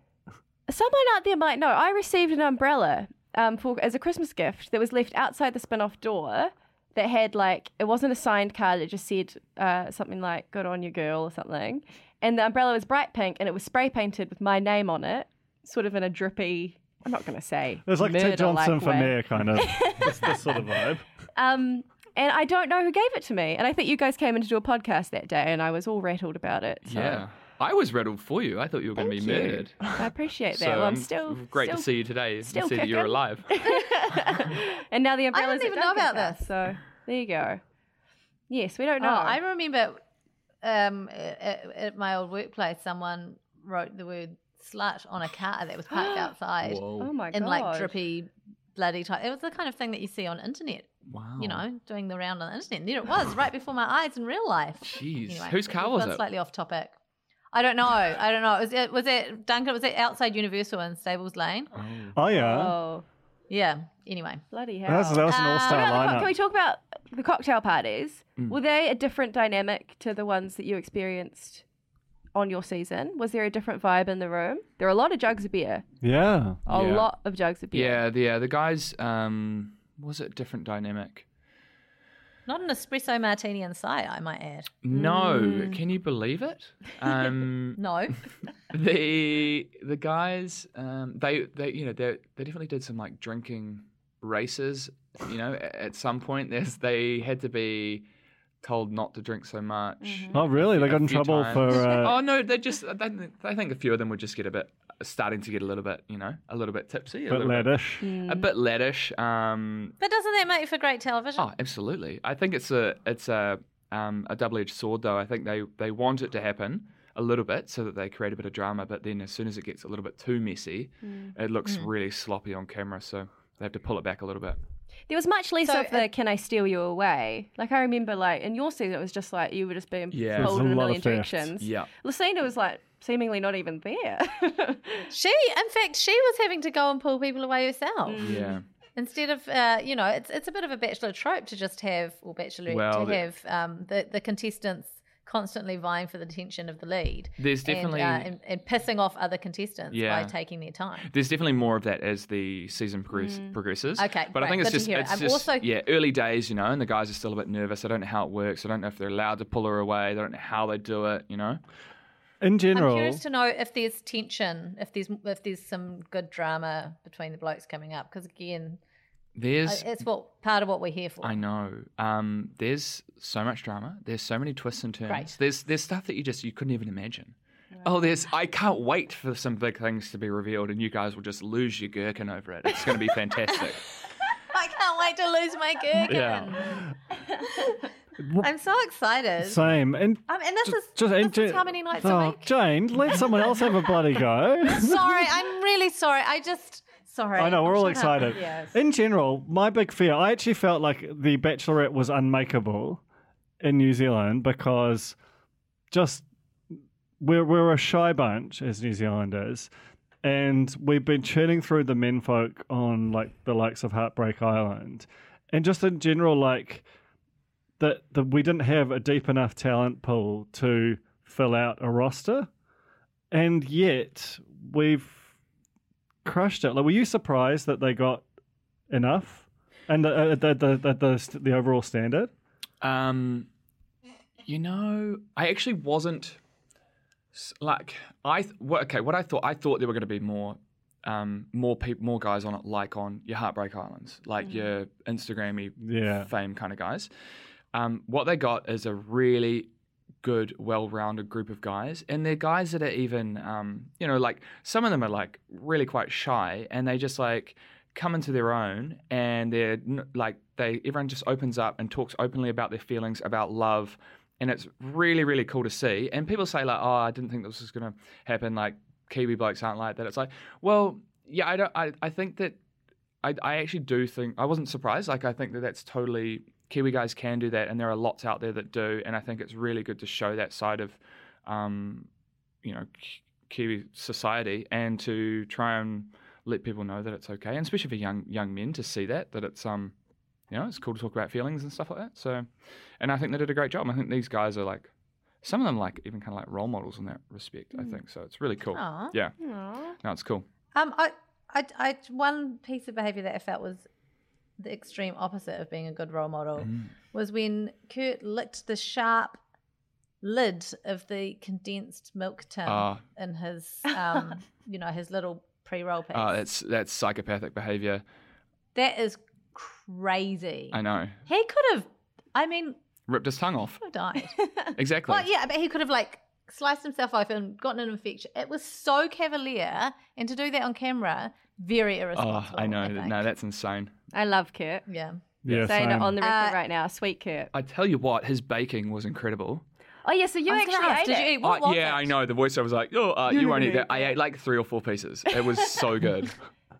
Someone out there might know. I received an umbrella um, for as a Christmas gift that was left outside the spin-off door. That had like it wasn't a signed card. It just said uh, something like "Good on you, girl" or something. And the umbrella was bright pink, and it was spray painted with my name on it, sort of in a drippy. I'm not going to say.
It was like Ted
murder-like
Johnson for
way.
mayor, kind of. it's this sort of vibe.
Um, and I don't know who gave it to me. And I think you guys came in to do a podcast that day, and I was all rattled about it. So
Yeah. I was rattled for you. I thought you were going to be
Thank you.
murdered.
I appreciate that. well,
um,
I'm still
great
still
to see you today. and see
still
that you're
kicking.
alive.
And now the
I
umbrella's
didn't
at
even know
Duncan's
about
house,
this.
So there you go. Yes, we don't
No,
know.
Oh, I remember um, at, at my old workplace, someone wrote the word slut on a car that was parked outside
oh my god.
in like drippy bloody time. It was the kind of thing that you see on internet,
Wow.
Oh.
you know, doing the round on the internet. And there it was, right before my eyes in real life.
Jeez.
Anyway,
Whose
we've
car was
gone
it?
Slightly off topic. I don't know. I don't know. Was it was it Duncan? Was it outside Universal in Stables Lane?
Oh yeah,
Oh,
Yeah. Anyway,
bloody hell.
That's- that was an
Uh,
What
all-star
about the co-
lineup.
can we talk about the cocktail parties?
Mm.
Were they a different dynamic to the ones that you experienced on your season? Was there a different vibe in the room? There are a lot of jugs of beer.
yeah.
A
Yeah.
lot of jugs of beer.
Yeah, the yeah, the guys um was it different dynamic?
not an espresso martini in sight, I might add.
No, can you believe it? Um
No.
the the guys um they they you know they they definitely did some like drinking races, you know, a- at some point there's they had to be told not to drink so much.
Oh really? They
a
got in
few
trouble for
times.
uh,
Oh no, they just they, I think a few of them would just get a bit starting to get a little bit, you know, a little bit tipsy, a
bit
little bit-
laddish.
a bit laddish. Um
But doesn't that make for great television?
Oh, absolutely. I think it's a it's a um, a double edged sword though. I think they they want it to happen a little bit so that they create a bit of drama, but then as soon as it gets a little bit too messy,
Mm.
it looks really sloppy on camera. So they have to pull it back a little bit.
There was much less
So,
of the "Can I steal you away?" Like I remember, like in your season, it was just like you were just being
Yeah.
pulled
There's
in
a
a
lot
million
of theft.
directions.
Yeah.
Lucinda was like seemingly not even there.
She, in fact, she was having to go and pull people away herself
Mm. Yeah.
instead of, uh, you know, it's it's a bit of a bachelor trope to just have or bachelorette
Well,
to
the-
have um, the the contestants constantly vying for the attention of the lead.
There's definitely-
and, uh, and, and pissing off other contestants
Yeah.
by taking their time.
There's definitely more of that as the season progress- progresses.
Mm. Okay,
but I
great.
think it's
Good to
just
hear.
it's
I'm
just
also-
yeah, early days, you know, and the guys are still a bit nervous. I don't know how it works. I don't know if they're allowed to pull her away. They don't know how they do it. You know.
In
I'm
general,
curious to know if there's tension, if there's if there's some good drama between the blokes coming up, because again, I-
There's
it's what part of what we're here for.
I know. Um, there's so much drama. There's so many twists and turns.
Right.
There's there's stuff that you just you couldn't even imagine. Oh, there's I can't wait for some big things to be revealed, and you guys will just lose your gherkin over it. It's going to be fantastic.
I can't wait to lose my gherkin. I'm so excited.
same. And
um, and this is
just
this
and
is
Ja-
how many nights a
oh,
week?
Jane, let someone else have a bloody go.
sorry, I'm really sorry. I just sorry.
I know, we're all
Shut up.
excited.
Yes.
In general, my big fear, I actually felt like The Bachelorette was unmakeable in New Zealand because just we're, we're a shy bunch as New Zealanders. And we've been churning through the menfolk on like the likes of Heartbreak Island. And just in general, like that that we didn't have a deep enough talent pool to fill out a roster. And yet we've crushed it. Like, were you surprised that they got enough and the uh, the, the, the, the, st- the overall standard?
Um, you know, I actually wasn't s- like I th- what, okay. What I thought, I thought there were going to be more, um, more people, more guys on it, like on your Heartbreak Islands, like your Instagrammy
Yeah.
fame kind of guys. Um, what they got is a really good, well-rounded group of guys, and they're guys that are even, um, you know, like some of them are like really quite shy, and they just like come into their own, and they're n- like they everyone just opens up and talks openly about their feelings about love, and it's really really cool to see. And people say like, oh, I didn't think this was gonna happen. Like Kiwi blokes aren't like that. It's like, well, yeah, I don't. I, I think that I, I actually do think I wasn't surprised. Like I think that that's totally Kiwi guys can do that, and there are lots out there that do. And I think it's really good to show that side of, um, you know, Ki- Kiwi society, and to try and let people know that it's okay, and especially for young young men to see that that it's um, you know, it's cool to talk about feelings and stuff like that. So, and I think they did a great job. I think these guys are like. Some of them like even kind of like role models in that respect. I think so. It's really cool.
Mm. Aw.
Yeah. No, it's cool.
Um, I, I, I, one piece of behaviour that I felt was the extreme opposite of being a good role model
Mm.
was when Kurt licked the sharp lid of the condensed milk tin
Ah.
in his, um, you know, his little pre-roll piece.
Ah,
Uh, that's that's psychopathic behavior.
that is crazy.
I know.
he could have, I mean,
Ripped his tongue off.
could have died.
Exactly.
well, yeah, but he could have like sliced himself open, gotten an infection. It was so cavalier, and to do that on camera, very
Oh,
irresponsible.
I know.
think.
no, that's insane.
I love Kurt.
yeah.
Yeah,
Saying it
same.
on the
Uh,
record right now, sweet Kurt.
I tell you what, his baking was incredible.
Oh yeah, so you
I was gonna
actually
ask,
ate
did
it.
you eat? What
Uh,
was
yeah,
it?
I know. The voiceover was like, "Oh, uh, you won't eat that." I ate like three or four pieces. It was so good.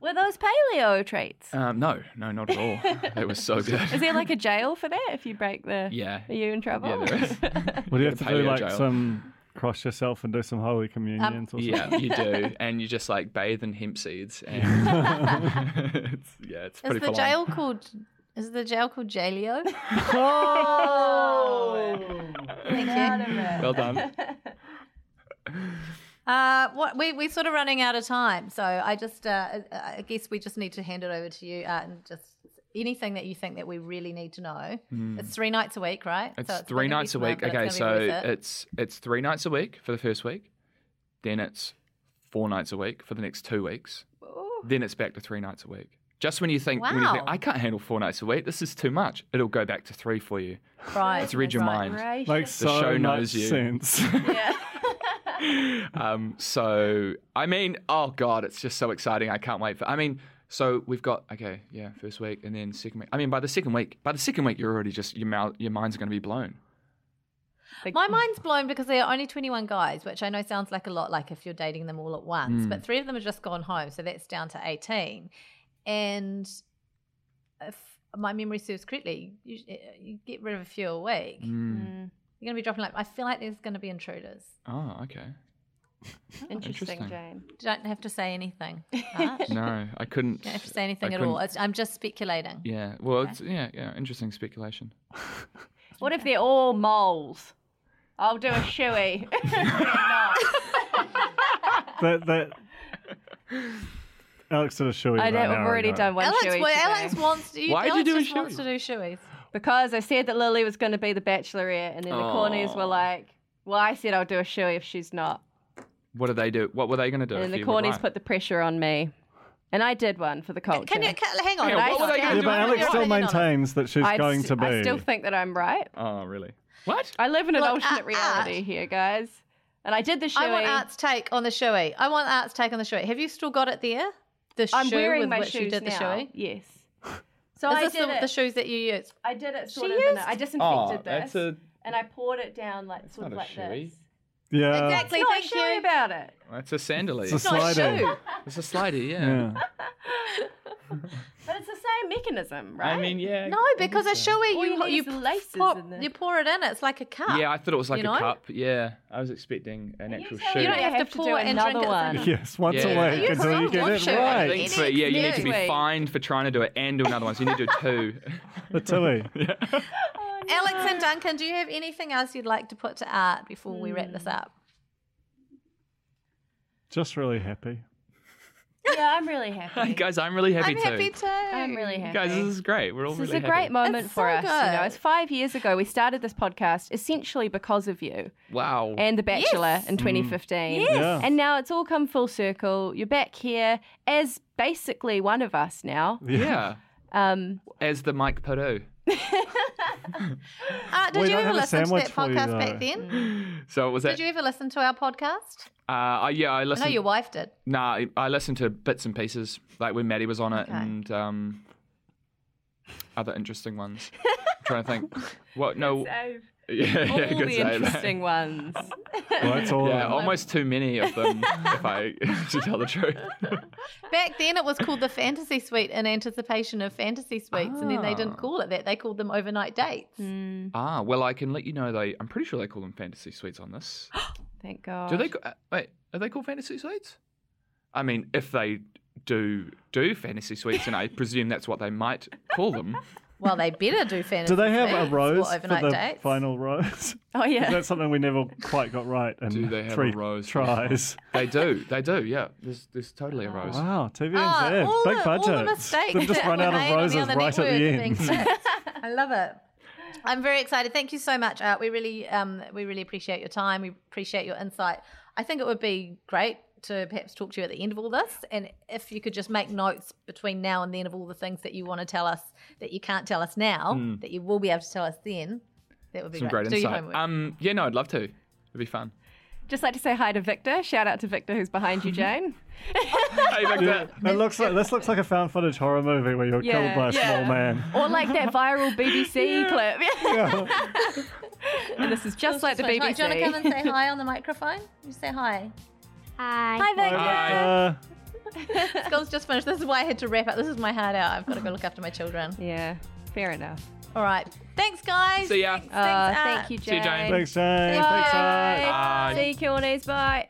Were those paleo treats?
Um, no, no, not at all. it was so good.
Is there like a jail for that if you break the?
Yeah.
Are you in trouble?
Yeah, there is.
Would you have to do
paleo
like
jail. Um,
some cross yourself and do some holy communions or something?
yeah, you do, and you just like bathe in hemp seeds. And it's, yeah, it's pretty.
Is the
full on.
jail called? Is the jail called Jailio? Thank you.
Well done.
Uh, what we we're sort of running out of time, so I just uh, I guess we just need to hand it over to you uh, and just anything that you think that we really need to know. It's three nights a week, right?
Hmm. It's
So
three
not gonna be
nights a
tomorrow,
week.
but
Okay,
it's
so
gonna be worth it.
it's it's three nights a week for the first week, then it's four nights a week for the next two weeks, then it's back to three nights a week. Just when you think, when you
Wow.
think I can't handle four nights a week, this is too much. It'll go back to three for you.
right.
It's read your mind.
Makes
The
so
show
much
knows you.
sense.
Um, so I mean, oh god, it's just so exciting. I can't wait for. I mean, so we've got okay, yeah, first week and then second week. I mean, by the second week, by the second week, you're already just your mouth, your mind's going to be blown.
My mind's blown because there are only 21 guys, which I know sounds like a lot, like if you're dating them all at once,
Mm.
but three of them have just gone home. So that's down to 18. And if my memory serves correctly, you, eh, you get rid of a few a week.
Mm.
Mm.
You're going to be dropping like, I feel like there's going to be intruders.
Oh, okay.
Interesting,
Interesting.
Jane.
Don't have to say anything. Harsh. Don't
No, I couldn't.
have to say anything
I
at all.
couldn't-
It's, I'm just speculating.
Yeah. Well, it's, yeah, yeah. Interesting speculation.
What if they're all moles? I'll do a shoey.
that that Alex did a shoey.
I
about
know,
an
I've
hour
already
ago.
done one
Alex,
shoey.
well,
today.
Alex wants to. You,
Why do you
Alex
do a
just wants
shoey?
to do shoeies.
because I said that Lily was going to be the bachelorette, and then the cornies were like, "Well, I said I'll do a shoey if she's not,"
What do they do? What were they going to do?
and
if
then the
you were
cornies
right?
put the pressure on me, and I did one for the culture.
Can you can, hang on?
Yeah,
hang
what were
on,
they
hang
gonna
on,
Yeah,
do
but
hang on,
Alex
hang
still
on, hang on.
maintains that she's
I
going to be.
I still think that I'm right.
Oh, really? What?
I live in an
Look,
alternate
uh,
reality
uh.
here, guys. And I did the shoey.
I want Art's take on the shoey. I want Art's take on the shoey. Have you still got it there? The
I'm
shoe
wearing
with
my
which
shoes
you did the
now.
shoey.
Yes. So
Is
I
this
did
the,
it.
the shoes that you use?
I did it sort
She
of. In
used-
a, I disinfected
Oh,
this,
that's a-
and I poured it down like sort
not
of
a
like
shoey.
this.
yeah.
Exactly.
No, I
Thank
show you
you.
about it.
That's a sandally.
It's a
not a
slider.
shoe.
It's a slider, yeah.
Yeah.
But it's the same mechanism, right?
I mean, yeah.
No, because a shoey
All you
you
need
you,
is the laces
pour,
and the-
you pour it in. It's like a cup.
Yeah, I thought it was like
You
a
know?
cup. Yeah, I was expecting an actual
tell
shoe.
me
You don't
I
have to
do
pour it and drink
another
it.
one.
Yes, once
Yeah.
a week
You
until you
can't
get it
wash it.
I
right.
think
It
for,
is
yeah, you need to
next
be
week.
fined for trying to do it and do another one. So you need to do two.
The Tilly.
Alex and Duncan, do you have anything else you'd like to put to Art before we wrap
Hmm.
this up?
Just really happy.
Yeah, I'm really happy.
Guys, I'm really happy
I'm
too.
happy too.
I'm really happy.
Guys, this is great. We're all
This
really
is
happy.
a great moment
It's
for
so
us. You know,
good.
it's five years ago we started this podcast essentially because of you
Wow.
and The Bachelor in 2015.
Yeah.
And now it's all come full circle. You're back here as basically one of us now.
yeah.
Um,
As the Mike Perot.
Art, did you
We don't
ever
have a
listen to
sandwich
that
for you,
podcast
though.
back
Mm.
then?
So what was
Did
that?
you ever listen to our podcast?
Uh, I- yeah, I
I know
listened.
your wife did.
Nah, I- I listened to bits and pieces, like when Maddie was on it, and um, other interesting ones. I'm trying to think. What? No. Yeah,
all
yeah, good
the
save.
interesting ones.
Well, that's all.
Yeah, almost too many of them, if I to tell the truth.
Back then, it was called the Fantasy Suite in anticipation of Fantasy Suites, and then they didn't call it that. They called them overnight dates.
ah, well, I can let you know they. I'm pretty sure they call them fantasy suites on this.
Thank God.
Do they? ca- uh, Wait, are they called fantasy suites? I mean, if they do do fantasy suites, and I presume that's what they might call them.
Well, they better do fantasy.
Do they have
suites
a rose
or
for
overnight
the
dates.
final rose?
Oh yeah.
That's something we never quite got right in
Do they have a
three
rose for the final-
tries.
They do. They do. Yeah. There's there's totally a rose.
Wow, TVNZ,
Ah, all
big
the,
budget.
All the mistakes
They've just
that
run
were
out
made
of
on
roses
the other
right at the
network are
end.
being fixed. I love it. I'm very excited. Thank you so much, Art. We really, um, we really appreciate your time. We appreciate your insight. I think it would be great to perhaps talk to you at the end of all this, and if you could just make notes between now and then of all the things that you want to tell us that you can't tell us now,
Hmm.
that you will be able to tell us then, that would be
Some
great.
great
Do your
insight.
homework.
Um. Yeah. No. I'd love to. It'd be fun.
Just like to say hi to Victor. Shout out to Victor who's behind you, Jane.
Hey, back there.
It looks like this looks like a found footage horror movie where you're
Yeah,
killed by a
yeah.
small man.
or like that viral BBC clip. and this is just like the
So, do you want
BBC.
to come and say hi on the microphone? You say hi.
Hi.
Hi, Victor.
Uh,
School's just finished. This is why I had to wrap up. This is my hard hour. I've got to go look after my children.
Yeah, fair enough.
All right. Thanks, guys.
See ya.
Thanks,
Uh,
thanks,
thank
uh,
you, Jane.
See you, Jane.
Thanks, Jane. Thanks, Art.
Bye.
Bye.
See you, Kiwanis. Bye.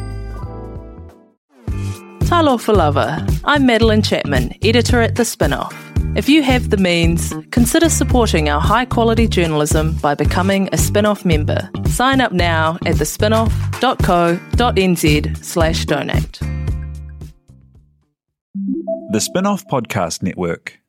Talo Falava. I'm Madeline Chapman, editor at The Spinoff. If you have the means, consider supporting our high quality journalism by becoming a Spinoff member. Sign up now at thespinoff.co.nz slash donate.
The Spinoff Podcast Network.